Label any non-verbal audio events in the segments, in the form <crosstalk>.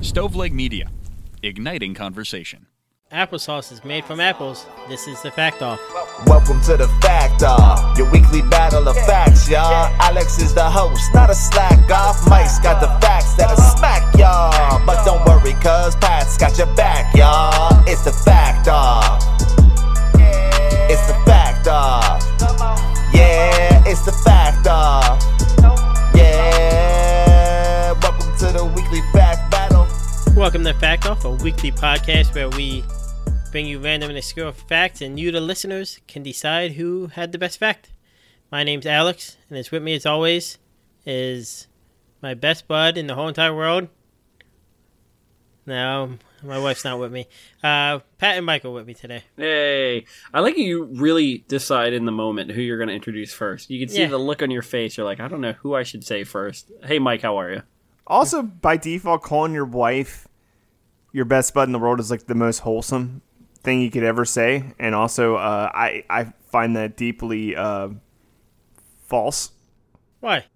Stoveleg Media, igniting conversation. Applesauce is made from apples. This is the fact off. Welcome to the Fact Off, your weekly battle of facts, y'all. Alex is the host, not a slack off. Uh-huh. Mike's got the facts that'll smack y'all. But don't worry, cuz Pat's got your back, y'all. It's the Fact Off. It's the Fact Off. Yeah, it's the Fact Off. Yeah, welcome to the weekly fact battle. Welcome to Fact Off, a weekly podcast where we bring you random and obscure facts, and you, the listeners, can decide who had the best fact. My name's Alex, and it's with me as always is my best bud in the whole entire world. No, my wife's not with me. Uh, Pat and Michael with me today. Hey, I like you really decide in the moment who you're going to introduce first. You can see Yeah. the look on your face. You're like, I don't know who I should say first. Hey, Mike, how are you? Also, by default, calling your wife your best bud in the world is like the most wholesome thing you could ever say, and also uh, I I find that deeply uh, false. Why?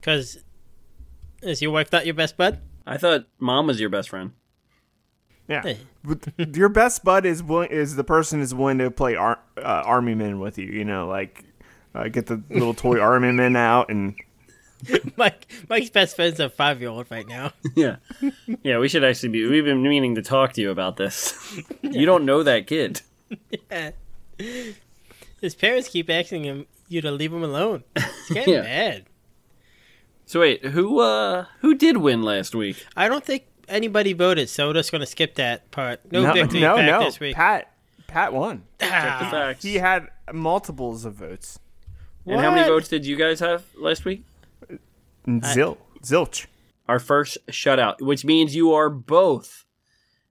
Because is your wife not your best bud? <laughs> I thought mom was your best friend. Yeah, Hey. But your best bud is willing, is the person is willing to play ar- uh, army men with you. You know, like uh, get the <laughs> little toy army men out and Mike, Mike's best friend's a five-year-old right now. Yeah. <laughs> yeah, we should actually be. We've been meaning to talk to you about this. you don't know that kid. <laughs> His parents keep asking him you to leave him alone. It's getting Yeah. bad. So wait, who uh who did win last week? I don't think anybody voted, so we're just gonna skip that part. No, no victory no back no this week. Pat Pat won. Check the facts. He had multiples of votes. and how many What? votes did you guys have last week? Zil zilch. Our first shutout, which means you are both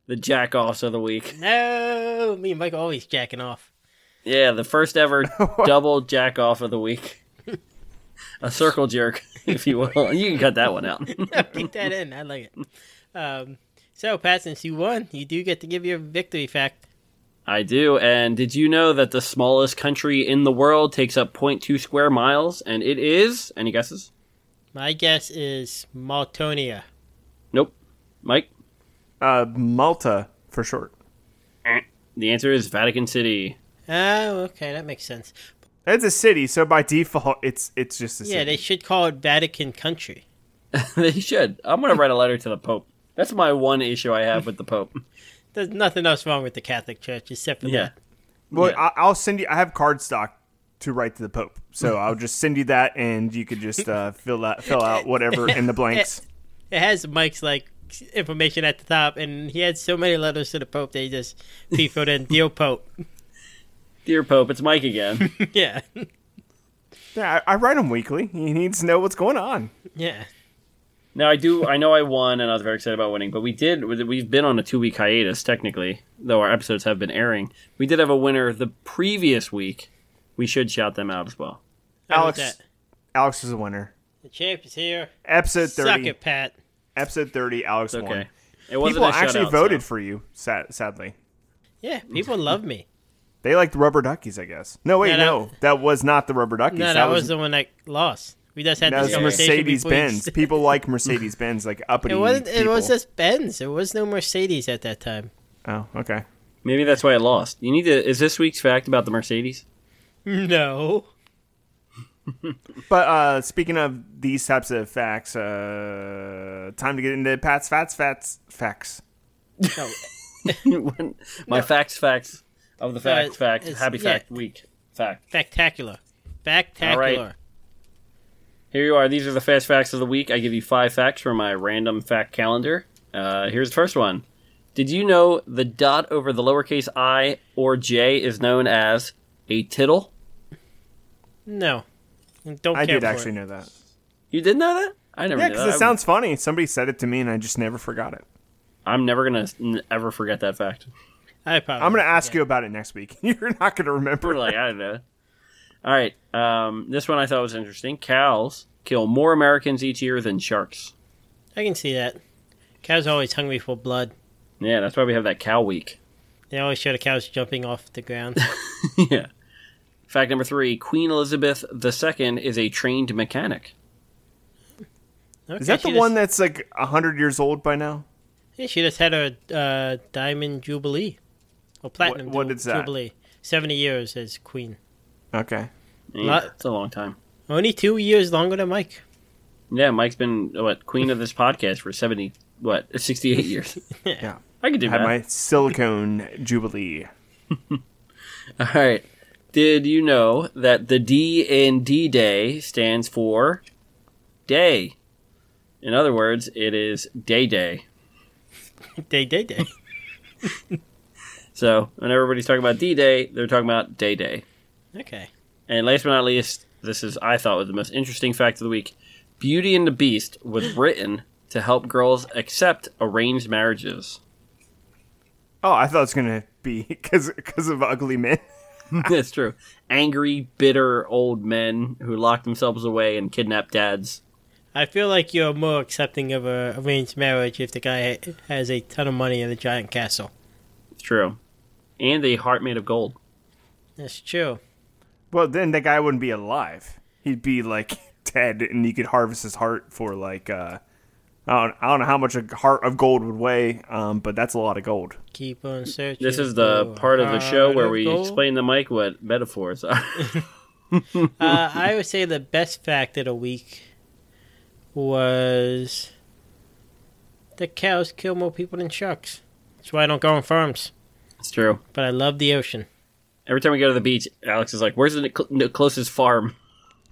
the jackoffs of the week. No, me and Mike always jacking off. <laughs> Yeah, the first ever double jack off of the week. A circle jerk, <laughs> if you will. You can cut that one out. Keep that in. I like it. Um, so Pat, since you won, you do get to give your victory fact. I do. And did you know that the smallest country in the world takes up 0.2 square miles? And it is. Any guesses? My guess is Maltonia. Nope. Mike? Uh, Malta for short. Eh. The answer is Vatican City. <laughs> Oh, okay, that makes sense. It's a city, so by default, it's it's just a Yeah, city. they should call it Vatican Country. they should. I'm going to write a letter to the Pope. That's my one issue I have with the Pope. There's nothing else wrong with the Catholic Church except for Yeah. that. well, yeah. I, I'll send you. I have card stock to write to the Pope, so I'll just send you that, and you could just uh, fill out fill out whatever in the blanks. it has Mike's like information at the top, and he had so many letters to the Pope that he <laughs> just pre-filled in "Dear Pope." <laughs> Dear Pope, it's Mike again. yeah, Yeah, I, I write them weekly. He needs to know what's going on. <laughs> yeah. Now I do. I know I won, and I was very excited about winning. But we did. We've been on a two-week hiatus, technically, though our episodes have been airing. We did have a winner the previous week. We should shout them out as well. How about Alex- Alex is a winner. the champ is here. Episode Suck thirty. it, Pat. Episode thirty. Alex It's okay. won. It wasn't People a actually shutout, voted so- for you. Sad, sadly, Yeah, people love me. they liked rubber duckies. I guess. No, wait, Yeah, that- no, that was not the rubber duckies. No, that, that was, the one that lost. We just had that this was conversation Mercedes before you <laughs> Benz. st- People like Mercedes Benz, like uppity. It wasn't. It was people. just Benz. There was no Mercedes at that time. Oh, okay. Maybe that's why I lost. You need to. Is this week's fact about the Mercedes? <laughs> <laughs> No. But uh, speaking of these types of facts, uh, time to get into Pat's Fats Fats Facts. No. When- My facts, facts of the fact, it's- fact, it's- happy yeah. fact week, fact. Factacular. Factacular. Here you are. These are the fast facts of the week. I give you five facts from my random fact calendar. Uh, here's the first one. Did you know the dot over the lowercase i or j is known as a tittle? No. Don't I care did for actually it. know that. You didn't know that? I never Yeah, knew because that. it sounds funny. Somebody said it to me, and I just never forgot it. I'm, I'm never gonna n- ever forget that fact. <laughs> I probably. I'm gonna ask you about it next week. <laughs> You're not gonna remember. We're like I don't know. All right. Um, this one I thought was interesting. Cows kill more Americans each year than sharks. I can see that. Cows are always hungry for blood. Yeah, that's why we have that cow week. They always show the cows jumping off the <laughs> ground. yeah. Fact number three: Queen Elizabeth II is a trained mechanic. Okay, Is that she the just- one that's like hundred years old by now? Yeah, she just had a uh, diamond jubilee, or platinum what ju- is that? jubilee. Seventy years as queen. Okay. Yeah, Not- it's a long time. Only two years longer than Mike. <laughs> Yeah, Mike's been what queen of this podcast for seventy what sixty eight years. Yeah. I could do Had that. my silicone jubilee. All right. Did you know that the D in D Day stands for day? In other words, it is Day Day. Day, day, day. So when everybody's talking about D Day, they're talking about Day Day. <laughs> okay. And last but not least, this is I thought was the most interesting fact of the week. Beauty and the Beast was written to help girls accept arranged marriages. Oh, I thought it was gonna be <laughs> because of ugly men. <laughs> That's true. Angry, bitter old men who lock themselves away and kidnap dads. I feel like you're more accepting of a arranged marriage if the guy has a ton of money and a giant castle. It's true. And a heart made of gold. That's true. Well, then that guy wouldn't be alive. He'd be like <laughs> dead, and you could harvest his heart for like uh, I don't, I don't know how much a heart of gold would weigh, um, but that's a lot of gold. <laughs> Keep on searching. This is the for part of the show heart where of we gold. explain to Mike what metaphors are. <laughs> uh, I would say the best fact of the week was the cows kill more people than sharks. That's why I don't go on farms. it's true. But I love the ocean. Every time we go to the beach, Alex is like, "Where's the cl- the closest farm?"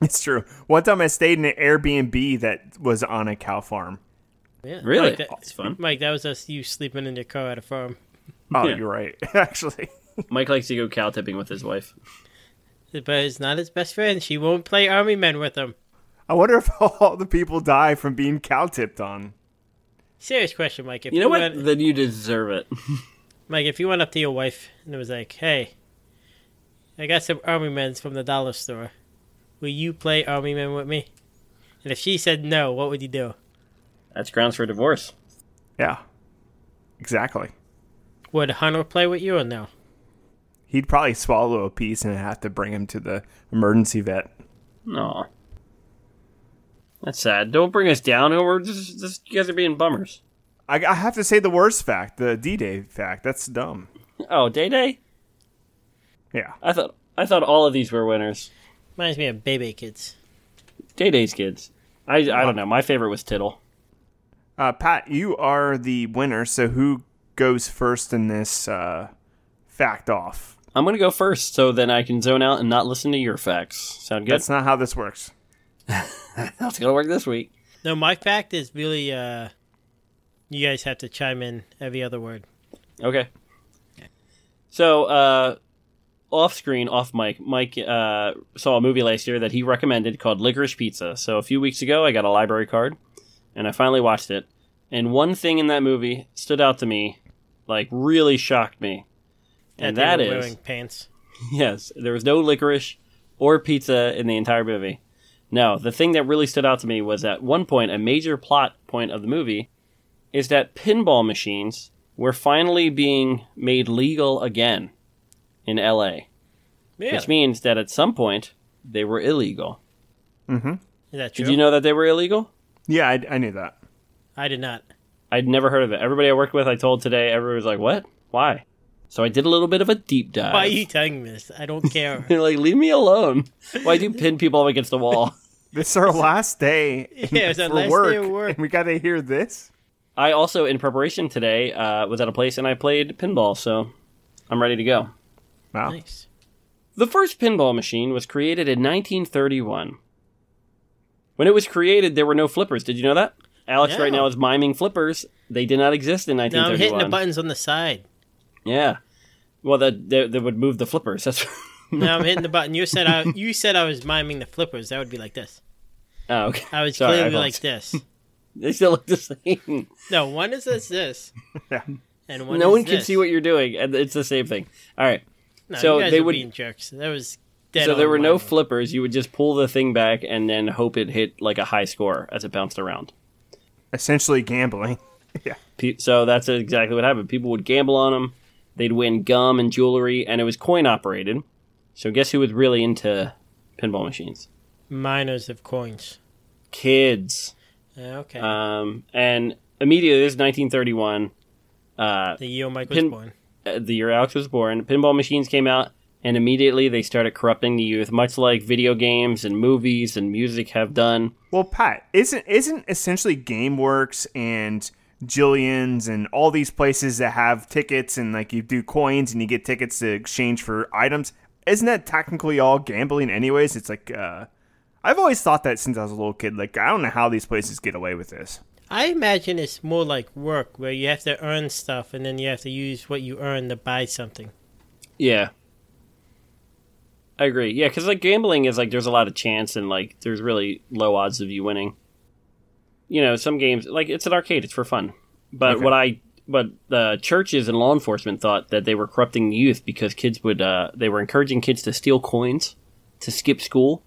It's true. One time I stayed in an Airbnb that was on a cow farm. Yeah, Really? Mike, that, It's fun. <laughs> Mike, that was us. You sleeping in your car at a farm. Oh, Yeah. you're right. <laughs> Actually, Mike likes to go cow tipping with his wife. But it's not his best friend. She won't play army men with him. I wonder if <laughs> all the people die from being cow tipped on. Serious question, Mike. If You know what? Went, Then you deserve it. <laughs> Mike, if you went up to your wife and it was like, "Hey, I got some army men from the dollar store. Will you play army men with me?" And if she said no, what would you do? That's grounds for divorce. Yeah, exactly. Would Hunter play with you or no? He'd probably swallow a piece and have to bring him to the emergency vet. No, that's sad. Don't bring us down. Or we're just, just you guys are being bummers. I, I have to say the worst fact, the D-Day fact. That's dumb. Oh, day day. Yeah. I thought I thought all of these were winners. Reminds me of Bebe Kids. Day day's kids. I I don't know. My favorite was Tittle. Uh, Pat, you are the winner. So who goes first in this uh, fact off? I'm gonna go first, so then I can zone out and not listen to your facts. Sound good? That's not how this works. That's gonna work this week. No, my fact is really uh you guys have to chime in every other word. Okay. So, uh, off screen, off mic, Mike uh, saw a movie last year that he recommended called Licorice Pizza. So, a few weeks ago, I got a library card and I finally watched it. And one thing in that movie stood out to me, like, really shocked me. And That that they is, were wearing pants. yes, there was no licorice or pizza in the entire movie. No, the thing that really stood out to me was at one point, a major plot point of the movie is that pinball machines were finally being made legal again in LA, Yeah. which means that at some point they were illegal. is that true? Did you know that they were illegal? Yeah, I, I knew that. I did not. I'd never heard of it. Everybody I worked with, I told today, everybody was like, what? Why? So I did a little bit of a deep dive. Why are you telling me this? I don't care. <laughs> They're like, leave me <laughs> alone. Why do you pin people up against the wall? This is our last day Yeah, it's our for last day work, of work. and we got to hear this. I also, in preparation today, uh, was at a place and I played pinball, so I'm ready to go. Wow. nice. The first pinball machine was created in 1931. When it was created, there were no flippers. Did you know that? Alex No. right now is miming flippers. They did not exist in No, I'm hitting 1931. the buttons on the <laughs> side. Yeah. Well, that they, they would move the flippers. <laughs> That's. No, I'm hitting the button. You said I you said I was miming the flippers. That would be like this. oh, okay. I was Sorry, clearly I like apologize. this. <laughs> They still look the same. No, one is this <laughs> this. Yeah. And one no is one can this. see what you're doing, and it's the same thing. All right. no, so you guys they are would- being jerks. That was dead so there on were no miming. flippers. You would just pull the thing back and then hope it hit like a high score as it bounced around. Essentially gambling. Pe- So that's exactly what happened. People would gamble on them. They'd win gum and jewelry, and it was coin operated. So guess who was really into pinball machines? miners of coins. Kids. Okay. Um, and immediately, this is 1931, uh, the year Mike was pin- born. uh, the year Alex was born, pinball machines came out, and immediately they started corrupting the youth, much like video games and movies and music have done. Well, Pat, isn't isn't essentially GameWorks and Jillian's and all these places that have tickets and like you do coins and you get tickets to exchange for items? Isn't that technically all gambling, anyways? It's like uh, I've always thought that since I was a little kid. Like I don't know how these places get away with this. I imagine it's more like work where you have to earn stuff and then you have to use what you earn to buy something. Yeah. I agree. Yeah, because like gambling is like there's a lot of chance and like there's really low odds of you winning. You know, some games like it's an arcade; it's for fun. But what I but the churches and law enforcement thought that they were corrupting the youth because kids would uh, they were encouraging kids to steal coins to skip school,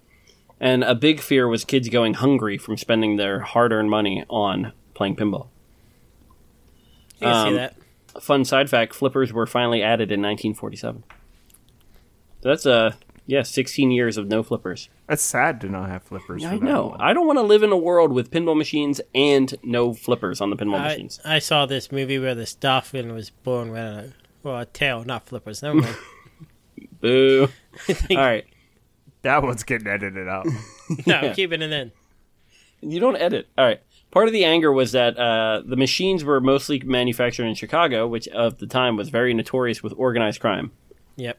and a big fear was kids going hungry from spending their hard earned money on playing pinball. You can Um, see that. Fun side fact: flippers were finally added in 1947. So that's uh, yeah, 16 years of no flippers. That's sad to not have flippers. for I that know. long. I don't want to live in a world with pinball machines and no flippers on the pinball I, machines. I saw this movie where this dolphin was born with a, well, a tail, not flippers. Never <laughs> mind. Boo! All right, that one's getting edited out. <laughs> No, I'm keeping it in. you don't edit. All right. Part of the anger was that uh, the machines were mostly manufactured in Chicago, which of the time was very notorious with organized crime. Yep.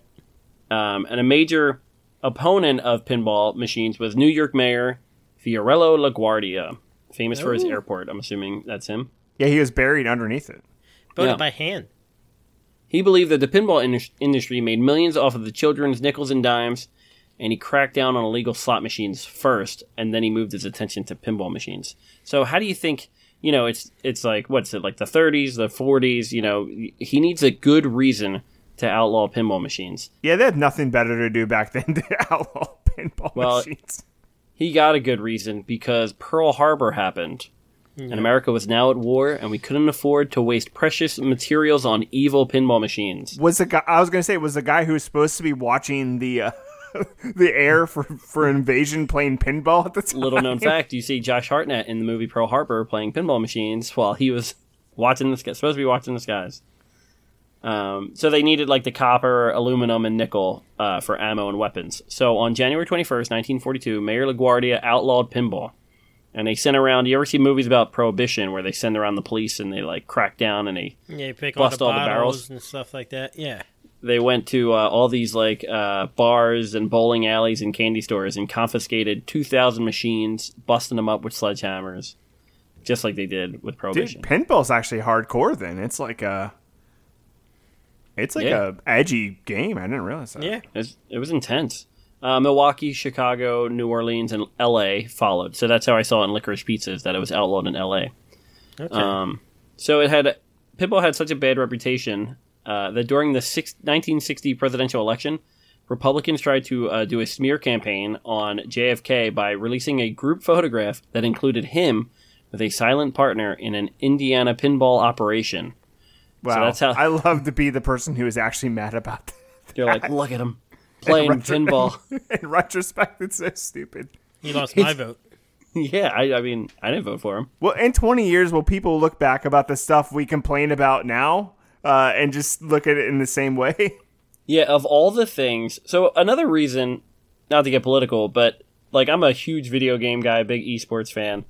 Um, and a major opponent of pinball machines was New York Mayor Fiorello LaGuardia, famous for his Ooh. airport. I'm assuming that's him. yeah, he was buried underneath it. Built Yeah. it by hand. He believed that the pinball indus- industry made millions off of the children's nickels and dimes, and he cracked down on illegal slot machines first, and then he moved his attention to pinball machines. So, how do you think? You know, it's it's like what's it like the 30s, the 40s. You know, he needs a good reason to outlaw pinball machines. Yeah, they had nothing better to do back then <laughs> to outlaw pinball Well, machines. He got a good reason because Pearl Harbor happened. And America was now at war, and we couldn't afford to waste precious materials on evil pinball machines. was the guy I was gonna say was the guy who was supposed to be watching the uh, <laughs> the air for for invasion playing pinball at the time. Little known fact: you see Josh Hartnett in the movie Pearl Harbor playing pinball machines while he was <laughs> watching this guy, supposed to be watching the skies. Um, so they needed like the copper, aluminum, and nickel uh, for ammo and weapons. So on January twenty first, nineteen forty two, Mayor LaGuardia outlawed pinball, and they sent around. You ever see movies about prohibition where they send around the police and they like crack down and they Yeah, you pick Bust all all the the bottles barrels. and stuff like that. Yeah. they went to uh, all these like uh, bars and bowling alleys and candy stores and confiscated 2000 machines busting them up with sledgehammers just like they did with Dude, prohibition pinball's actually hardcore. Then it's like a it's like Yeah. a edgy game. I didn't realize that. Yeah. it was, it was intense uh, milwaukee chicago new orleans and la followed so that's how i saw it in licorice pizzas that it was outlawed in la Okay. Um, so it had Pitbull had such a bad reputation uh, that during the six, 1960 presidential election, Republicans tried to uh, do a smear campaign on JFK by releasing a group photograph that included him with a silent partner in an Indiana pinball operation. wow. that's how- I love to be the person who is actually mad about that. <laughs> They're like, look at him playing Right. pinball. <laughs> <laughs> In retrospect, it's so stupid. you lost my vote. yeah, I, I mean, I didn't vote for him. Well, in 20 years, will people look back about the stuff we complain about now uh, and just look at it in the same way? <laughs> Yeah, of all the things. So another reason, not to get political, but like I'm a huge video game guy, big esports fan.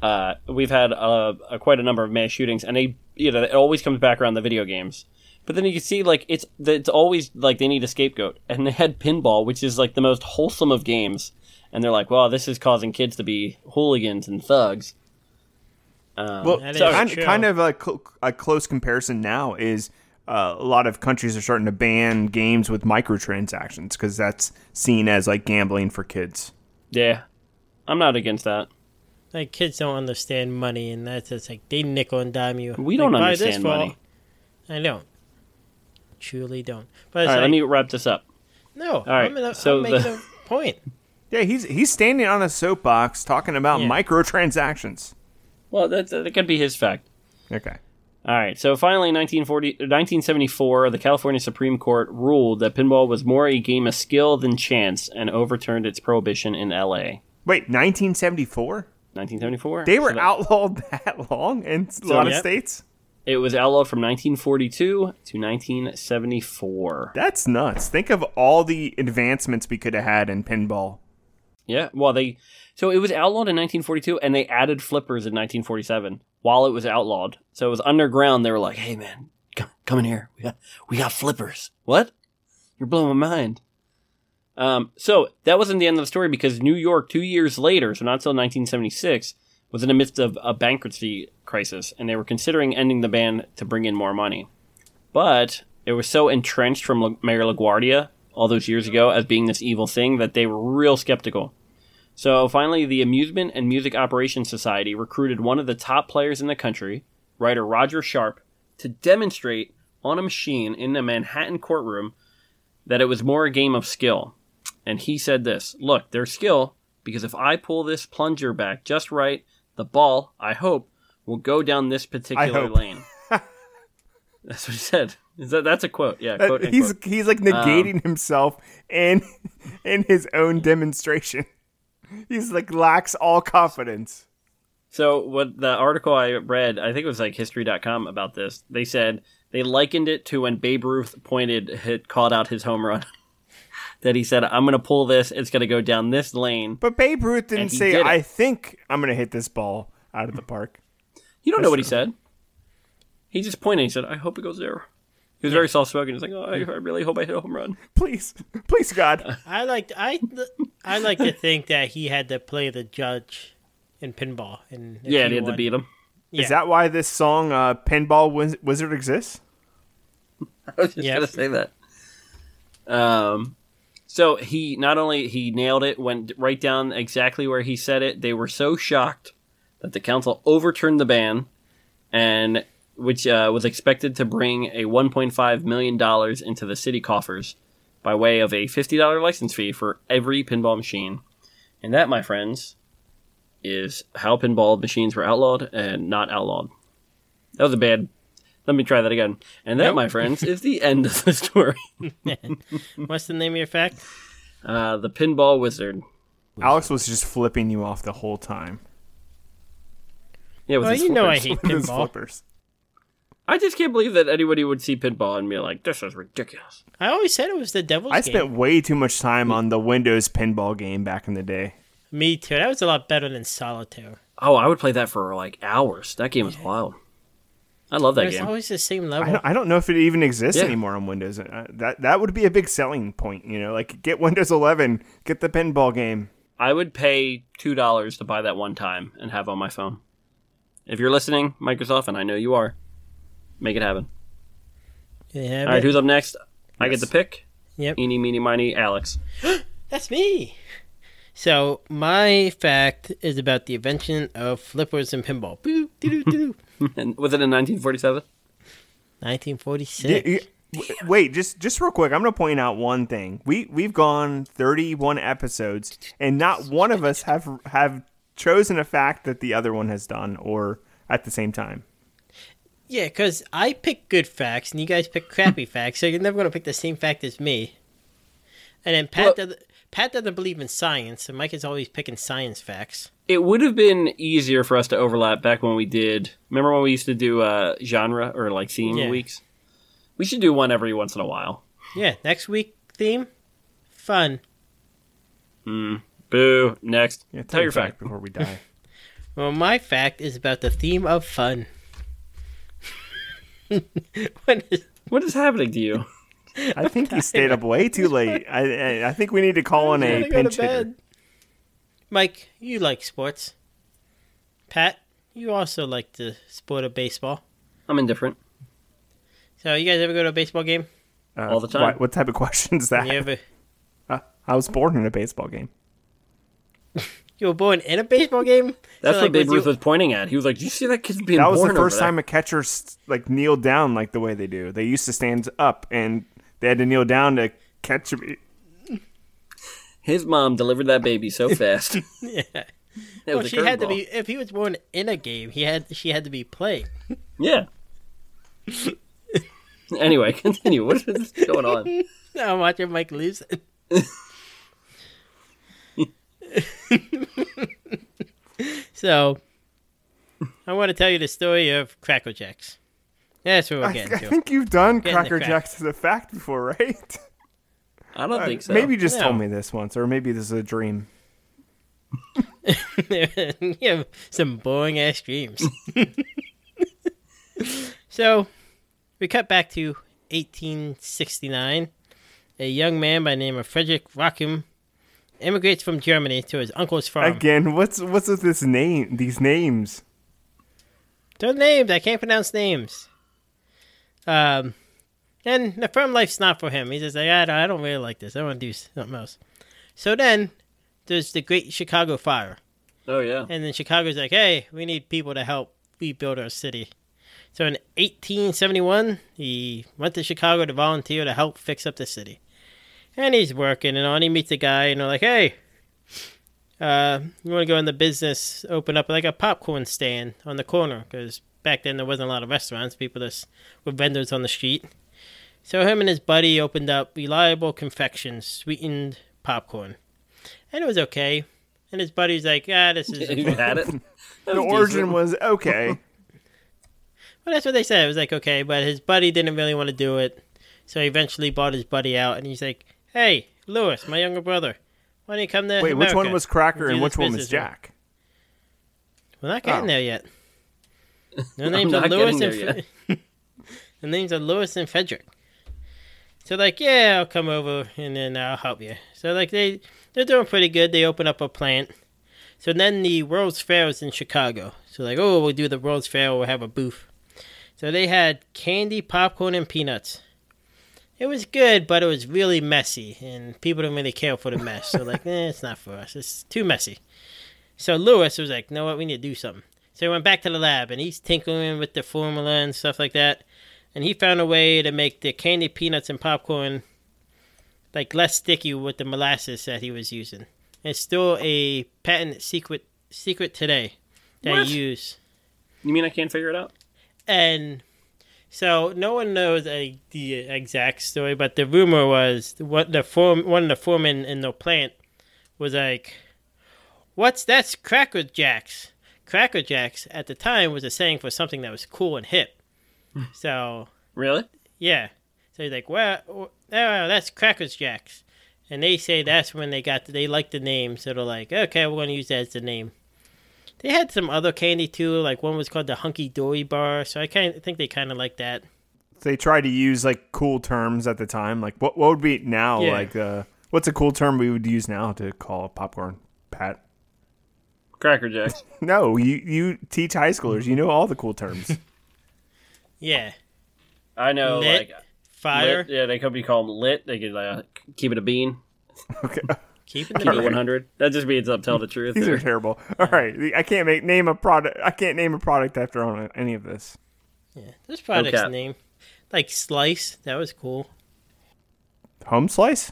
Uh, we've had uh, a, quite a number of mass shootings, and they, you know, it always comes back around the video games. But then you can see, like, it's it's always like they need a scapegoat, <laughs> and they had pinball, which is like the most wholesome of games, and they're like, "Wow, this is causing kids to be hooligans and thugs." Well, That so is kind, true. kind of a, cl- a close comparison now is uh, a lot of countries are starting to ban games with microtransactions because that's seen as like gambling for kids. Yeah, I'm not against that. Like kids don't understand money, and that's it's like they nickel and dime you. We Like, don't buy this understand for- money. I don't. Truly don't. But it's All right, like, let me wrap this up. no. right, I'm, gonna, so I'm making the- a point. Yeah, he's he's standing on a soapbox talking about Yeah. microtransactions. Well, that that could be his fact. Okay. All right. So finally, 1940, 1974, the California Supreme Court ruled that pinball was more a game of skill than chance and overturned its prohibition in L.A. Wait, 1974? 1974. 1974. They were So that- outlawed <laughs> that long in a lot of yep. states. It was outlawed from 1942 to 1974. That's nuts. Think of all the advancements we could have had in pinball. Yeah, well, they so it was outlawed in 1942, and they added flippers in 1947 while it was outlawed. So it was underground. They were like, "Hey, man, come, come in here. We got we got flippers. What? You're blowing my mind." Um, so that wasn't the end of the story because New York, two years later, so not until 1976, was in the midst of a bankruptcy crisis, and they were considering ending the ban to bring in more money. But it was so entrenched from La- Mayor LaGuardia all those years ago as being this evil thing that they were real skeptical. So finally, the Amusement and Music Operations Society recruited one of the top players in the country, writer Roger Sharp, to demonstrate on a machine in a Manhattan courtroom that it was more a game of skill. And he said this Look, there's skill, because if I pull this plunger back just right, the ball, I hope, will go down this particular hope. lane. That's what he said. Is that, that's a quote. Yeah, That- quote, Um, end Uh, he's quote. he's like negating himself and <laughs> in his own demonstration. He's like lacks all confidence. So what the article I read, I think it was like history.com about this. They said they likened it to when Babe Ruth pointed hit called out his home run. <laughs> that he said, I'm gonna pull this, it's gonna go down this lane. But Babe Ruth didn't And he say, did it. "I think I'm gonna hit this ball out of the park." You don't know what he said. He just pointed, he said, I hope it goes there. He was very soft spoken. He's like, Oh, I, I really hope I hit a home run. Please, <laughs> please, <laughs> God. I like I I like to think that he had to play the judge in pinball. And if yeah, and he had to won- beat him. Yeah. Is that why this song uh, "Pinball Wiz- Wizard" exists? <laughs> I was just Yep. gonna say that. Um, so he not only he nailed it, went right down exactly where he said it. They were so shocked that the council overturned the ban, and which uh, was expected to bring a 1.5 million dollars into the city coffers by way of a $50 license fee for every pinball machine. And that, my friends, is how pinball machines were outlawed and not outlawed. That was a bad. Let me try that again. And that, my friends, is the end of the story. <laughs> What's the name of your fact? Uh, the pinball wizard. Alex was just flipping you off the whole time. Yeah, with Well, his you know I flippers. hate <laughs> <laughs> With his pinball. flippers. I just can't believe that anybody would see pinball and be like, "This is ridiculous." I always said it was the devil's I game. spent way too much time on the Windows pinball game back in the day. Me too. That was a lot better than solitaire. Oh, I would play that for like hours. That game was wild. I love that It's game. always the same I level. don't, I don't know if it even exists Yeah. anymore on Windows. Uh, That that would be a big selling point, you know. Like get Windows 11, get the pinball game. I would pay two dollars to buy that one time and have on my phone. If you're listening, Microsoft, and I know you are, make it happen. Yeah, All right, but- who's up next? I get the pick. Yep. Eeny, meeny, miny, Alex. <laughs> That's me. So my fact is about the invention of flippers and pinball. Boo, doo, doo, doo. And was it in 1947? 1946. Y- y- w- Wait, just just real quick, I'm going to point out one thing. We we've gone 31 episodes, and not one of us have have chosen a fact that the other one has done, or at the same time. Yeah, because I pick good facts and you guys pick crappy facts, so you're never gonna pick the same fact as me. And then Pat Well- doesn't, Pat doesn't believe in science, and Mike is always picking science facts. it would have been easier for us to overlap back when we did. Remember when we used to do uh, genre or like theme Yeah. weeks? We should do one every once in a while. Yeah, next week theme, fun. Boo! Next, Yeah, tell your me back fact. before we <laughs> die. Well, my fact is about the theme of fun. <laughs> What is- What is happening <laughs> to you? I think he stayed up way too late. I I, I think we need to call in gotta a go to pinch hitter. bed. Mike, you like sports. Pat, you also like the sport of baseball. I'm indifferent. So, you guys ever go to a baseball game? <laughs> Uh, All the time. What, what type of <laughs> question is that? You ever? Uh, I was born in a baseball game. You were born in a baseball game. That's So, what like, Babe was Ruth <laughs> you- was pointing at. He was like, "Do you see that kid being That was the born over first there?" time a catcher s- like kneeled down like the way they do. They used to stand up and they had to kneel down to catch me. His mom delivered that <laughs> baby so fast. <laughs> yeah, that Well, was a she had to curveball. be. If he was born in a game, he had she had to be playing. <laughs> Yeah. <laughs> anyway, <laughs> continue. What is going on? I'm watching Mike lose. <laughs> So, I want to tell you the story of Cracker Jacks. That's what we're <laughs> I, getting I to. think you've done Getting the Cracker crack. Jacks as a fact before, right? I don't think so. Maybe you just told No. me this once, or maybe this is a dream. <laughs> you have some boring ass dreams. <laughs> so, we cut back to 1869. A young man by the name of Frederick Rockham immigrates from Germany to his uncle's farm. Again, what's what's with this name? These names. They're names. I can't pronounce names. Um, and the firm life's not for him. He's just like, I don't, I don't really like this. I want to do something else. So then there's the Great Chicago Fire. <laughs> Oh yeah. <laughs> And then Chicago's like, hey, we need people to help rebuild our city. So in 1871, he went to Chicago to volunteer to help fix up the city. And he's working, and on he meets a guy, and they're like, hey, uh, you want to go in the business, open up like a popcorn stand on the corner, because back then there wasn't a lot of restaurants. People just were vendors on the street. So him and his buddy opened up Reliable Confections, sweetened popcorn. And it was okay. And his buddy's like, ah, this <laughs> is You had it. That The was origin decent. was <laughs> okay. Well, that's what they said. It was like, okay, but his buddy didn't really want to do it. So he eventually bought his buddy out, and he's like, hey, Lewis, my younger brother, why don't you come there? Wait, which one was Cracker Do and this which one was business here." Jack? We're not getting Oh. there <laughs> yet. Their names not are Lewis getting and there Fre- <laughs> Their names are Lewis and Frederick. So like, yeah, I'll come over and then I'll help you. So like they they're doing pretty good. They open up a plant. So then the World's Fair is in Chicago. So like, oh, we'll do the World's Fair. We'll have a booth. So they had candy, popcorn, and peanuts. It was good, but it was really messy, and people didn't really care for the mess. So like, <laughs> eh, it's not for us. It's too messy. So Lewis was like, "Know what? We need to do something." So he went back to the lab, and he's tinkering with the formula and stuff like that. And he found a way to make the candy, peanuts, and popcorn like less sticky with the molasses that he was using. It's still a patent secret secret today that What? I use. You mean I can't figure it out? And so no one knows uh, the exact story, but the rumor was what the form one of the foremen in the plant was like, "What's that's Cracker Jacks?" Cracker Jacks at the time was a saying for something that was cool and hip. so Really? yeah. So he's like, well, oh, that's Crackers Jacks. And they say that's when they got, they like the name. So they're like, okay, we're going to use that as the name. They had some other candy too. Like one was called the Hunky Dory Bar. So I kind of think they kind of like that. They tried to use like cool terms at the time. Like what what would be now? Yeah. Like uh, what's a cool term we would use now to call popcorn? Pat. Cracker Jack. No, you you teach high schoolers. You know all the cool terms. Yeah. I know. Lit. Like Fire. Lit, yeah, they could be called lit. They could uh, keep it a bean. okay. Keeping <laughs> the Keep it beat. one hundred. That just means up tell the truth. These are or- terrible. All right, I can't make name a product. I can't name a product after on any of this. This product's cap. name. Like Slice. That was cool. <laughs> Home slice.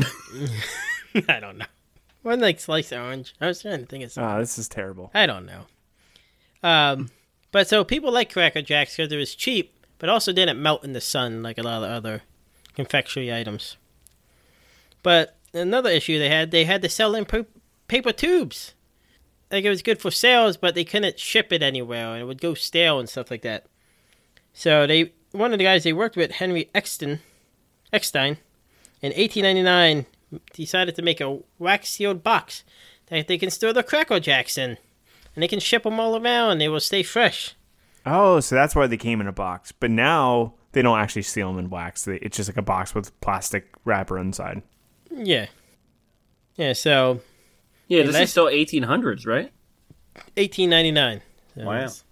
I don't know. One like Slice Orange. I was trying to think of something. Ah, this is terrible. I don't know. Um, but so people like Cracker Jacks because it was cheap, but also didn't melt in the sun like a lot of other confectionery items. But another issue they had, they had to sell in pa- paper tubes. Like it was good for sales, but they couldn't ship it anywhere, and it would go stale and stuff like that. So they, one of the guys they worked with, Henry Exton, Eckstein, in 1899, decided to make a wax sealed box that they can store the Cracker Jacks in and they can ship them all around. They will stay fresh. Oh, so that's why they came in a box. But now they don't actually seal them in wax. They, it's just like a box with plastic wrapper inside. Yeah. Yeah, so Yeah, this Unless- is still eighteen hundreds, right? 1899. So Wow. it's-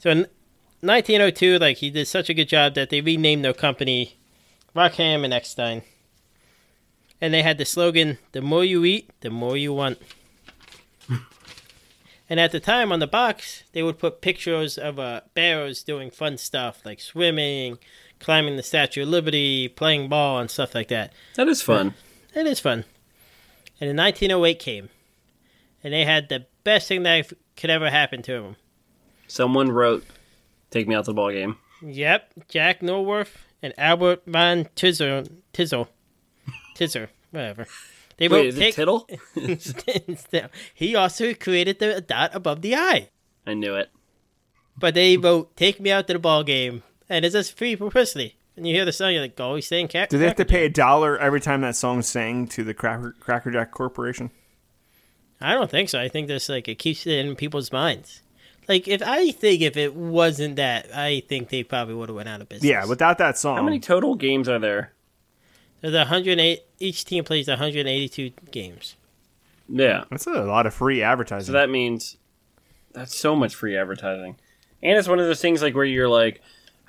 So in 1902, like, he did such a good job that they renamed their company Rockham and Eckstein. And they had the slogan, the more you eat, the more you want. <laughs> and at the time on the box, they would put pictures of uh, barrows doing fun stuff like swimming, climbing the Statue of Liberty, playing ball, and stuff like that. That is fun. It is fun. And in 1908 came, and they had the best thing that could ever happen to them. Someone wrote, "Take me out to the ball game." Yep, Jack <laughs> Norworth and Albert von Tizzle, Tizzle, Tizzer, whatever, They Wait, wrote is <laughs> it pick- Tittle? <laughs> No. he also created the dot above the eye. I knew it. But they wrote "Take me out to the ball game," and it's just free publicity. And you hear the song, you're like, "Oh, he's saying cat." Do they have to pay a dollar every time that song's sang to the Cracker, Cracker Jack Corporation? I don't think so. I think that's like it keeps it in people's minds. Like if I think if it wasn't that, I think they probably would have went out of business. Yeah, without that song, How many total games are there? there's 108. Each team plays 182 games. Yeah. that's a lot of free advertising. So that means that's so much free advertising. And it's one of those things like where you're like,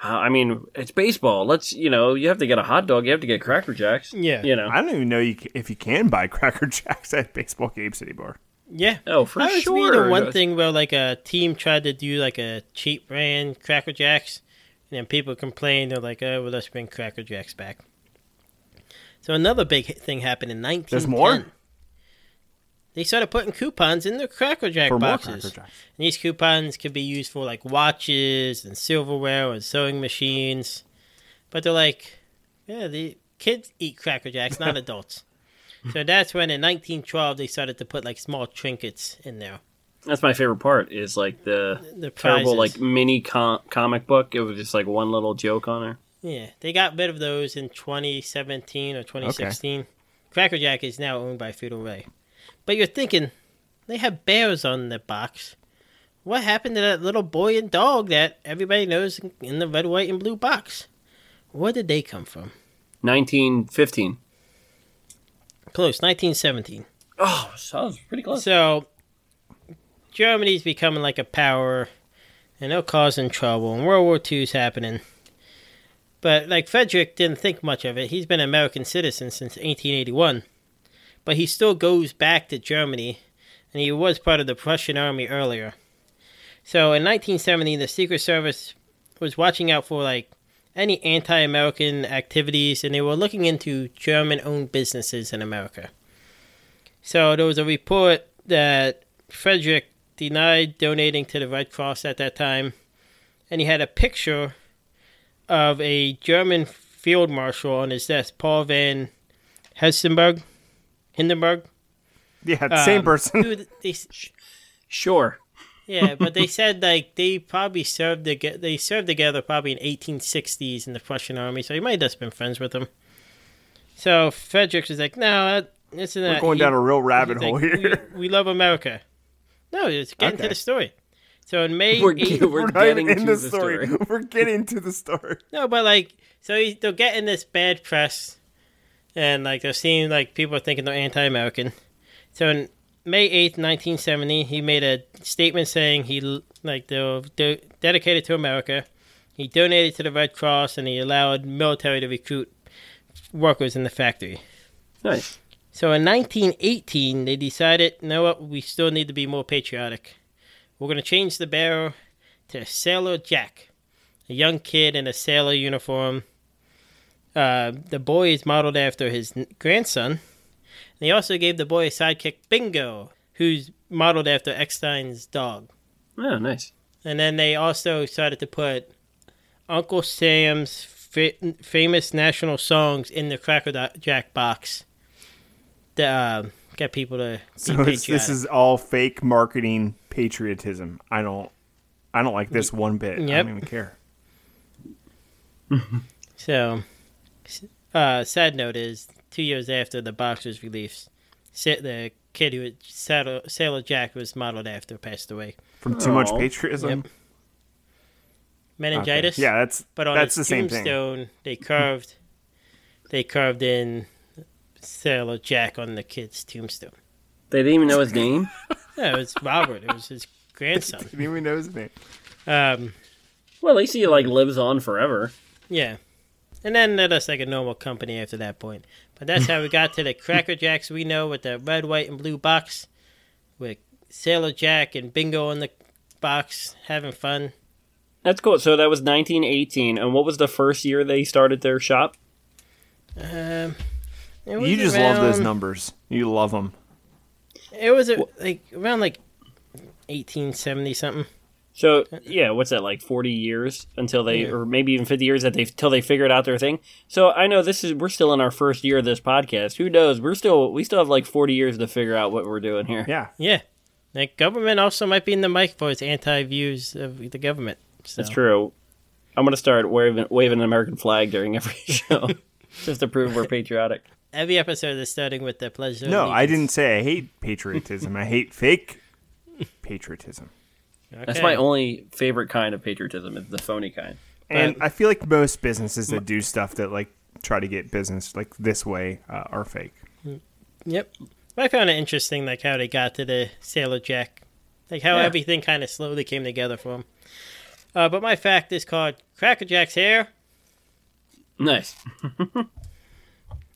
uh, I mean, it's baseball. Let's, you know, you have to get a hot dog, you have to get Cracker Jacks. Yeah. You know. I don't even know you, c- if you can buy <laughs> Cracker Jacks at baseball games anymore. Yeah. Oh, for I Uh, was sure. reading one thing where like a team tried to do like a cheap brand Cracker Jacks, and then people complained. They're like, "Oh, well, let's bring Cracker Jacks back." So another big hi- thing happened in 1910. There's more? They started putting coupons in the Cracker Jack For more boxes. Cracker Jacks. And these coupons could be used for like watches and silverware and sewing machines. But they're like, yeah, the kids eat Cracker Jacks, not adults. So that's when in 1912 they started to put like small trinkets in there. That's my favorite part is like the, The terrible prizes. like mini com- comic book. It was just like one little joke on there. Yeah, they got rid of those in 2017 or 2016. Cracker Jack is now owned by Frito Lay. But you're thinking, they have bears on the box. What happened to that little boy and dog that everybody knows in the red, white, and blue box? Where did they come from? 1915. Close, 1917. Oh, so that was pretty close. So, Germany's becoming like a power, and they're causing trouble, and World War II's happening. But, like, Frederick didn't think much of it. He's been an American citizen since 1881. But he still goes back to Germany, and he was part of the Prussian army earlier. So, in 1970, the Secret Service was watching out for, like, any anti American activities, and they were looking into German owned businesses in America. So there was a report that Frederick denied donating to the Red Cross at that time, and he had a picture of a German field marshal on his desk, Paul van Hessenberg, Hindenburg. Yeah, same Um, <laughs> person. who th- they s- sure. yeah, but they said like they probably served together. They served together probably in 1860s in the Prussian army, so he might have just been friends with him. So Frederick was like, "No, that, this is We're going down a real rabbit He's hole like, <laughs> here. We, we love America. No, it's getting to Okay. the story. So in May, We're, eight- we're, not getting even to the story. <laughs> We're getting to <laughs> the story. no, but like, so he, they're getting this bad press, and like they're seeing like people are thinking they're anti-American. So in May eighth, nineteen seventy, he made a statement saying he l- like they're de- dedicated to America. He donated to the Red Cross and he allowed military to recruit workers in the factory. Nice. So in 1918, they decided, you know what, we still need to be more patriotic. We're going to change the bearer to Sailor Jack, a young kid in a sailor uniform. Uh, the boy is modeled after his n- grandson. And they also gave the boy a sidekick, Bingo, who's modeled after Eckstein's dog. Oh, nice. And then they also started to put Uncle Sam's fa- famous national songs in the Cracker Do- Jack box to um, get people to be So it's, this patriotic. is all fake marketing patriotism. I don't, I don't like this one bit. I Yep. don't even care. So, s- uh, sad note is two years after the box was released, sa- the kid who was Saddle- Sailor Jack was modeled after passed away. From Oh. too much Aw. patriotism. Okay. Meningitis. Yeah, that's But on that's the his same thing. <laughs> tombstone, they carved, they carved in Sailor Jack on the kid's tombstone. They didn't even know his name. No, it was Robert. It was his grandson. Didn't even know his name. Um, Well, at least he like lives on forever. yeah. And then they're just like a normal company after that point. But that's how we got to the Cracker Jacks we know with the red, white, and blue box with Sailor Jack and Bingo in the box having fun. That's cool. So that was 1918, and what was the first year they started their shop? Um, it was You just love those around- numbers. You love them. It was a, like around like 1870 something. So Uh, yeah, what's that like? Forty years until they, or maybe even fifty years that they till they figured out their thing. So I know this is we're still in our first year of this podcast. Who knows? We're still we still have like forty years to figure out what we're doing here. Yeah. Yeah. The government also might be in the mic for its anti views of the government. So. That's true. I'm gonna start waving waving an American flag during every <laughs> show just to prove we're patriotic. Every episode is starting with the pleasure. of No, I allegiance. didn't say I hate patriotism. I <laughs> hate fake patriotism. That's Okay. my only favorite kind of patriotism is the phony kind. And I feel like most businesses that do stuff that like try to get business like this way uh, are fake. Yep. I found it interesting, like how they got to the Sailor Jack, like how Yeah. everything kind of slowly came together for him. Uh, but my fact is called Cracker Jack's hair. Nice.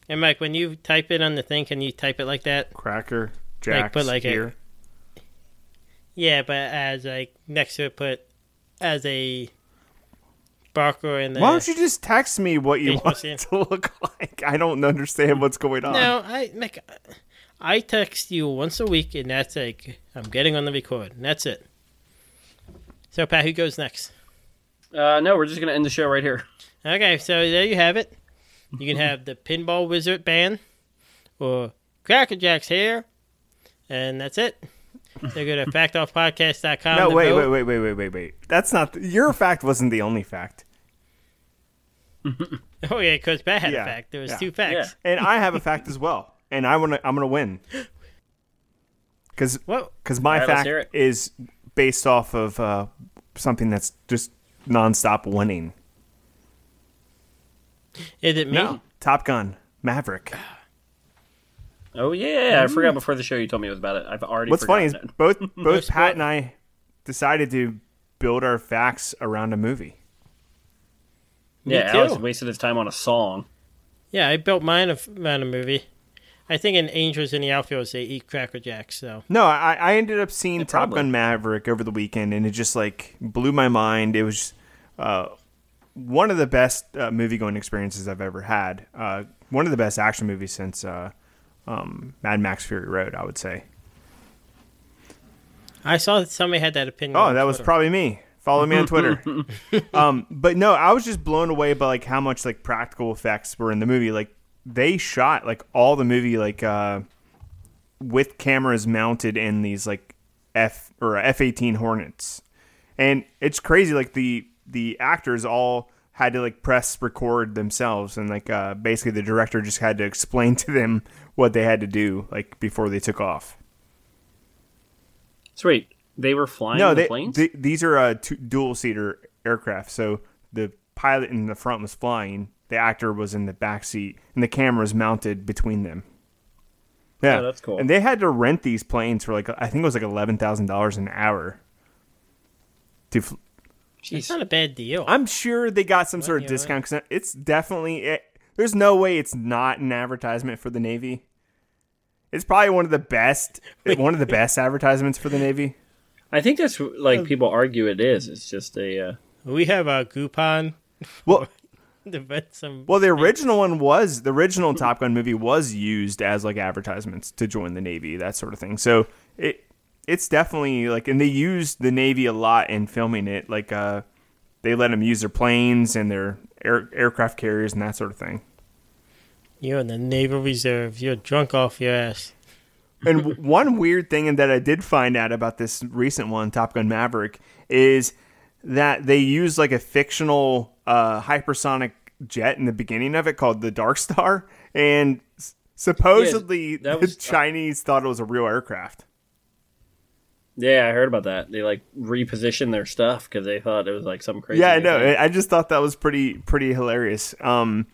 And Mike, when you type it on the thing, can you type it like that? Cracker Jack's put, like, a- here. Yeah, but as like next to it, put as a barker in the. Why don't you just text me what you Facebook want scene. it to look <laughs> like? I don't understand what's going on. No, I like, I text you once a week, and that's like I'm getting on the record. And that's it. So Pat, who goes next? Uh, no, we're just gonna end the show right here. Okay, so there you have it. You can have the Pinball Wizard Band or Cracker Jack's hair, and that's it. So go to factoffpodcast.com. No, to wait, vote. wait, wait, wait, wait, wait, wait. That's not your fact. Wasn't the only fact. <laughs> Oh, yeah, because Pat had Yeah, a fact. There was yeah. two facts. and I have a fact as well, and I want to. I'm gonna <gasps> win. Because Well, because my All right, let's hear it. fact is based off of uh, something that's just nonstop winning. is it me? Top Gun Maverick. Oh yeah, I forgot before the show you told me it was about it. I've already. Mm. What's funny is forgotten it. <laughs> both both spoil- Pat and I decided to build our facts around a movie. yeah, too. Alex wasted his time on a song. Yeah, I built mine af- around a movie. I think in Angels in the Outfield, they eat Cracker Jacks, so. No, I, I ended up seeing Top probably. Gun Maverick over the weekend, and it just like blew my mind. It was uh, one of the best uh, movie going experiences I've ever had. Uh, one of the best action movies since uh, um, Mad Max Fury Road, I would say. I saw that somebody had that opinion. Oh, on that was Twitter. probably me. Follow me on Twitter. um, but no, I was just blown away by like how much like practical effects were in the movie. Like they shot like all the movie like uh, with cameras mounted in these like F or uh, F eighteen Hornets, and it's crazy. Like the the actors all had to like press record themselves, and like uh, basically the director just had to explain <laughs> to them what they had to do like before they took off. Sweet. They were flying no, the they, planes. th- these are uh, two, dual seater aircraft. So the pilot in the front was flying, the actor was in the back seat, and the camera was mounted between them. Yeah, Oh, that's cool. And they had to rent these planes for like I think it was like eleven thousand dollars an hour. To fl- It's not a bad deal. I'm sure they got some sort you of know what? discount because it's definitely it, there's no way it's not an advertisement for the Navy. It's probably one of the <laughs> best, one of the best advertisements for the Navy. I think that's wh- like people argue it is. It's just a. Uh, We have a coupon Well, to bet some. Well, the original one was the original Top Gun movie was used as like advertisements to join the Navy, that sort of thing. So it it's definitely like, and they used the Navy a lot in filming it. Like, uh, they let them use their planes and their air, aircraft carriers and that sort of thing. You're in the Naval Reserve. You're drunk off your ass. and w- one weird thing that I did find out about this recent one, Top Gun Maverick, is that they use like a fictional uh, hypersonic jet in the beginning of it called the Dark Star, and s- supposedly that the was- uh, Chinese thought it was a real aircraft. yeah, I heard about that. They like repositioned their stuff because they thought it was like some crazy. Yeah, I thing. know. I I just thought that was pretty pretty hilarious. Um,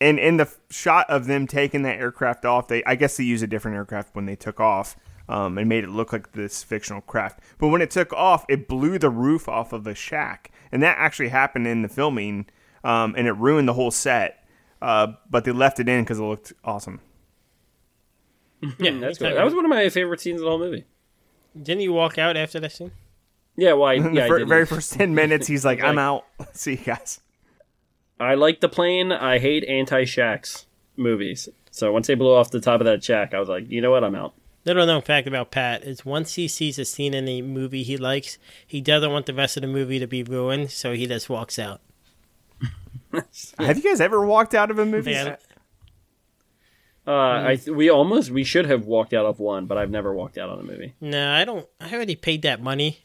and in the f- shot of them taking that aircraft off, they I guess they used a different aircraft when they took off, um, and made it look like this fictional craft. But when it took off, it blew the roof off of a shack, and that actually happened in the filming, um, and it ruined the whole set. Uh, but they left it in because it looked awesome. <laughs> Yeah, Mm, that's cool. That was one of my favorite scenes in the whole movie. Didn't you walk out after that scene? Yeah, why? In <laughs> the yeah, I fir- did. very first ten minutes, he's like, "I'm <laughs> Like- out. <laughs> See you guys." I like the plane. I hate anti shacks movies. So once they blew off the top of that shack, I was like, you know what? I'm out. <laughs> Little known fact about Pat is once he sees a scene in a movie he likes, he doesn't want the rest of the movie to be ruined, so he just walks out. Have you guys ever walked out of a movie? Yeah. Hmm. Uh, I th- we almost we should have walked out of one, but I've never walked out on a movie. No, I don't. I already paid that money.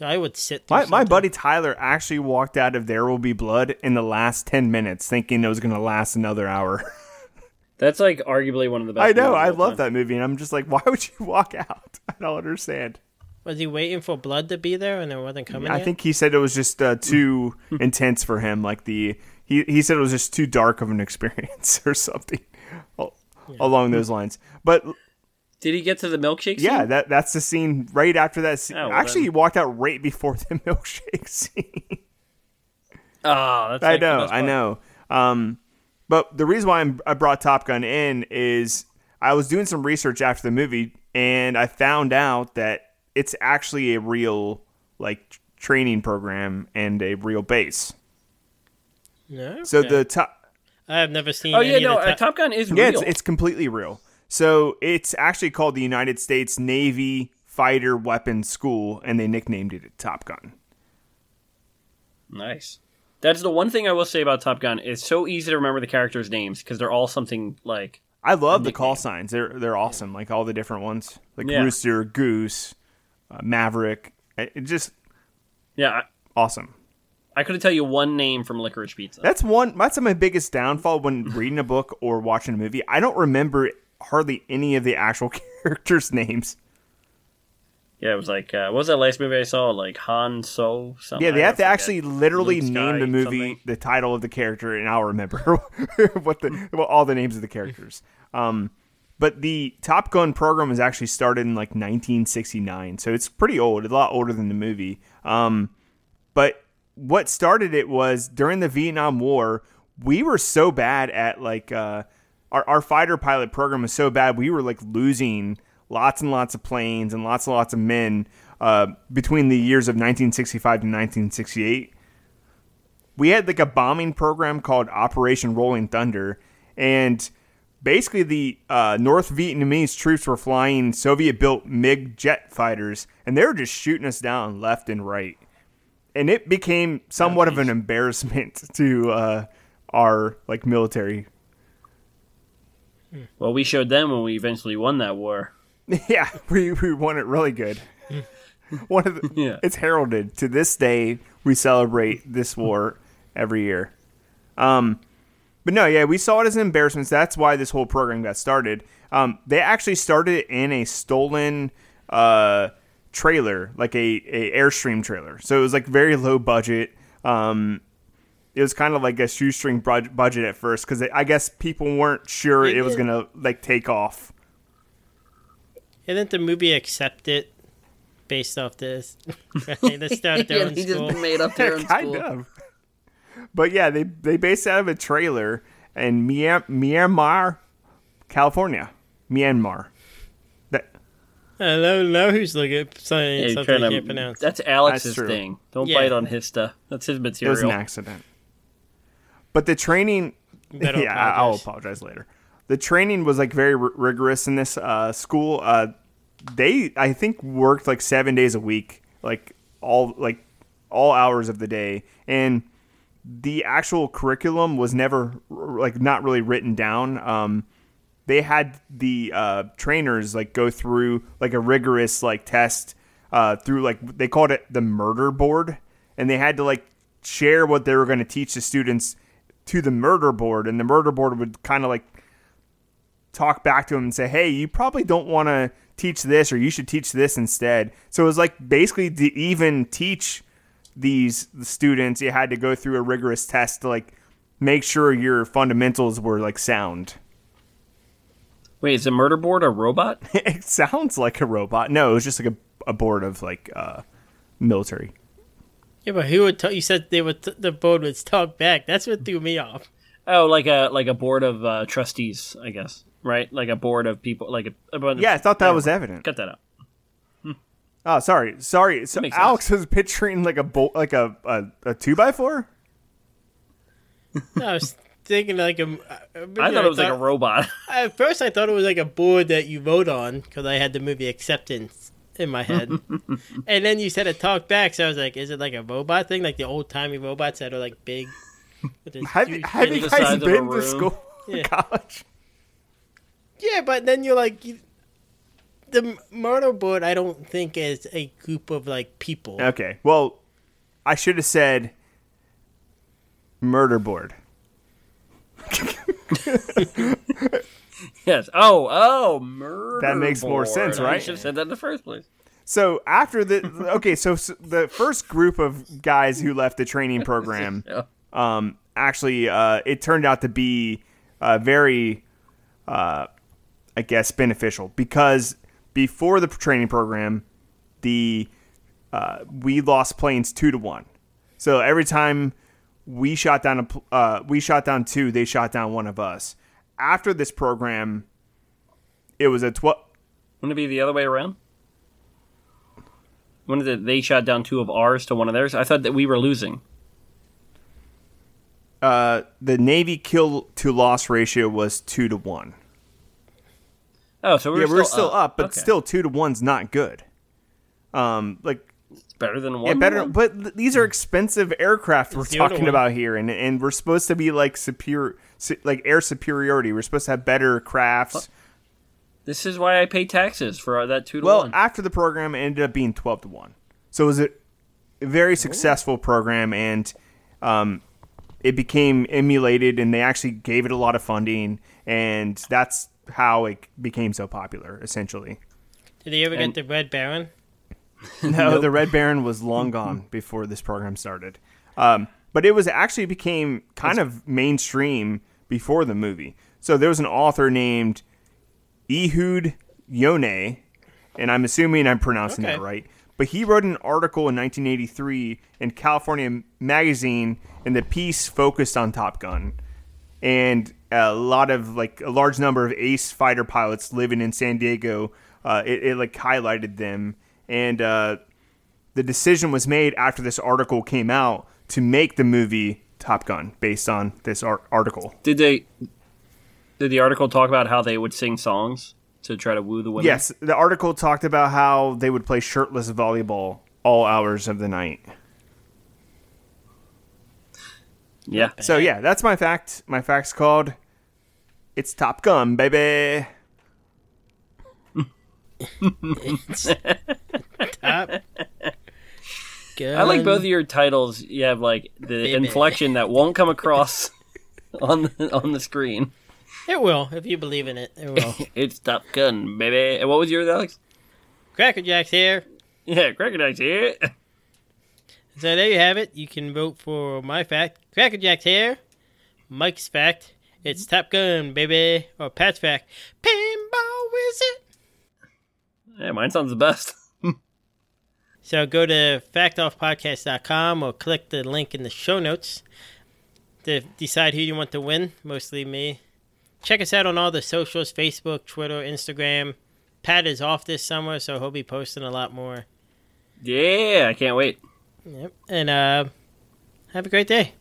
I would sit. through My, my something. buddy Tyler actually walked out of There Will Be Blood in the last 10 minutes thinking it was going to last another hour. <laughs> That's like arguably one of the best. I know. movies I of all love time. that movie. And I'm just like, <laughs> why would you walk out? <laughs> I don't understand. was he waiting for blood to be there and it wasn't coming? I yet? think he said it was just uh, <laughs> too intense for him. Like the he, he said it was just too dark of an experience <laughs> or something al- along those lines. But Did he get to the milkshake? yeah, scene? that that's the scene right after that. Scene. Oh, well, actually, then- he walked out right before the <laughs> milkshake scene. Oh, that's I like the know, best I part. know. Um, but the reason why I'm, I brought Top Gun in is I was doing some research after the movie, and I found out that it's actually a real like tr- training program and a real base. No? So Okay. the top, I have never seen. Oh any yeah, no, Of the uh, Top Gun is yeah, real. it's, it's completely real. So it's actually called the United States Navy Fighter Weapons School, and they nicknamed it Top Gun. nice. That's the one thing I will say about Top Gun. It's so easy to remember the characters' names because they're all something like I love the call signs. They're they're awesome. Like all the different ones, like Yeah. Rooster, Goose, uh, Maverick. It it just yeah. I, awesome. I couldn't tell you one name from Licorice Pizza. That's one. That's my biggest downfall <laughs> when reading a book or watching a movie. I don't remember hardly any of the actual <laughs> characters' names. yeah, it was like uh, what was that last movie I saw? Like Han So something. Yeah, they Oh, I have to forget. actually literally Luke name Sky the movie something. the title of the character, and I'll remember <laughs> what the well, all the names of the characters. Um, but the Top Gun program was actually started in like 1969, so it's pretty old, a lot older than the movie. Um, but what started it was during the Vietnam War, we were so bad at like uh, our our fighter pilot program was so bad, we were like losing lots and lots of planes and lots and lots of men uh, between the years of 1965 to 1968 we had like a bombing program called Operation Rolling Thunder, and basically the uh, North Vietnamese troops were flying Soviet-built MiG jet fighters, and they were just shooting us down left and right. And it became somewhat of an embarrassment <laughs> to uh, our like military. Well, we showed them when we eventually won that war. <laughs> yeah, we we won it really good. One of the, Yeah. it's heralded to this day. We celebrate this war every year. Um, But no, yeah, we saw it as an embarrassment. so That's why this whole program got started. Um, they actually started it in a stolen uh, trailer, like a, a airstream trailer. So it was like very low budget. Um, it was kind of like a shoestring bud- budget at first because I guess people weren't sure it was gonna like take off. Didn't the movie accept it based off this? they just <laughs> started their own they school. just made up <laughs> their own kind school. of. But yeah, they they based it out of a trailer in Mia- Myanmar, California, Myanmar. That Hello, now who's looking at something, Yeah, you're something I trying can't to- pronounce? That's Alex's That's true. thing. Don't Yeah. bite on his stuff. That's his it material. was an accident. But the training, better <laughs> yeah, I- I'll apologize. apologize later. The training was like very r- rigorous in this uh, school. Uh, they, I think, worked like seven days a week, like all like all hours of the day, and the actual curriculum was never r- like not really written down. Um, they had the uh, trainers like go through like a rigorous like test uh, through like they called it the murder board, and they had to like share what they were going to teach the students to the murder board, and the murder board would kind of like talk back to them and say, "Hey, you probably don't want to teach this, or you should teach this instead." So it was like basically to even teach these students, you had to go through a rigorous test to like make sure your fundamentals were like sound. Wait, is a murder board a <laughs> robot? it sounds like a robot. No, it was just like a, a board of like uh, military. Yeah, but who would? T- you said they would. T- the board would talk back. That's what threw me off. Oh, like a like a board of uh, trustees, I guess. Right, like a board of people, like a, a bunch of- Yeah, I thought that was evident. Cut that out. Oh, sorry, sorry. So makes Alex was picturing like a bo- like a, a a two by four. I was thinking like a. uh, I I thought it was like a thought- robot. <laughs> At first, I thought it was like a board that you vote on because I had the movie Acceptance in my <laughs> head, and then you said it talked back, so I was like, "Is it like a robot thing, like the old timey robots that are like <laughs> big?" with this Have, huge have thing? you the guys size of a been to room. school, Yeah. college? Yeah, but then you're like, you, the murder board. I don't think is a group of like people. Okay. Well, I should have said murder board. yes. Oh, oh, murder. That makes more sense, board. I right? should have said that in the first place. So after the okay, so s the first group of guys who left the training program, Yeah. um, actually, uh, it turned out to be uh, very, uh, I guess, beneficial because before the training program, the uh, we lost planes two to one. So every time we shot down a pl- uh, we shot down two, they shot down one of us. After this program, it was a twelve. Wouldn't it be the other way around? When did they shot down two of ours to one of theirs? I thought that we were losing. uh, the Navy kill to loss ratio was two to one. Oh, so we yeah, were, we're still up, but Okay. still two to one's not good. Um, like better than one. yeah, to better. one? But th- these are expensive aircraft we're Zero to talking one. about here, and and we're supposed to be like superior, like air superiority. We're supposed to have better crafts. This is why I pay taxes for that two to Well, one. after the program, it ended up being twelve to one. So it was a very successful program, and um, it became emulated, and they actually gave it a lot of funding, and that's how it became so popular, essentially. Did they ever And- get the Red Baron? No, the Red Baron was long gone before this program started. Um, but it was actually became kind of mainstream before the movie. So there was an author named Ehud Yone, and I'm assuming I'm pronouncing that Okay. right. But he wrote an article in 1983 in California Magazine, and the piece focused on Top Gun and a lot of like a large number of ace fighter pilots living in san diego uh, it, it like highlighted them and uh, the decision was made after this article came out to make the movie top gun based on this ar- article did they? Did the article talk about how they would sing songs to try to woo the women? yes the article talked about how they would play shirtless volleyball all hours of the night Yeah. so yeah that's my fact my fact's called it's top gun baby Top. I like both of your titles. You have like the inflection that won't come across on the, on the screen. It will if you believe in it. It <laughs> will. It's Top Gun, baby. And what was yours, Alex? <laughs> Cracker Jack's here. Yeah, recognize it. So there you have it. You can vote for my fact, Cracker Jack's hair, Mike's fact, it's Top Gun, baby, or Pat's fact, Pinball Wizard. <laughs> Yeah, mine sounds the best. <laughs> So go to factoffpodcast.com or click the link in the show notes to decide who you want to win, mostly me. Check us out on all the socials Facebook, Twitter, Instagram. Pat is off this summer, so he'll be posting a lot more. Yeah, I can't wait. Yep. And uh, have a great day.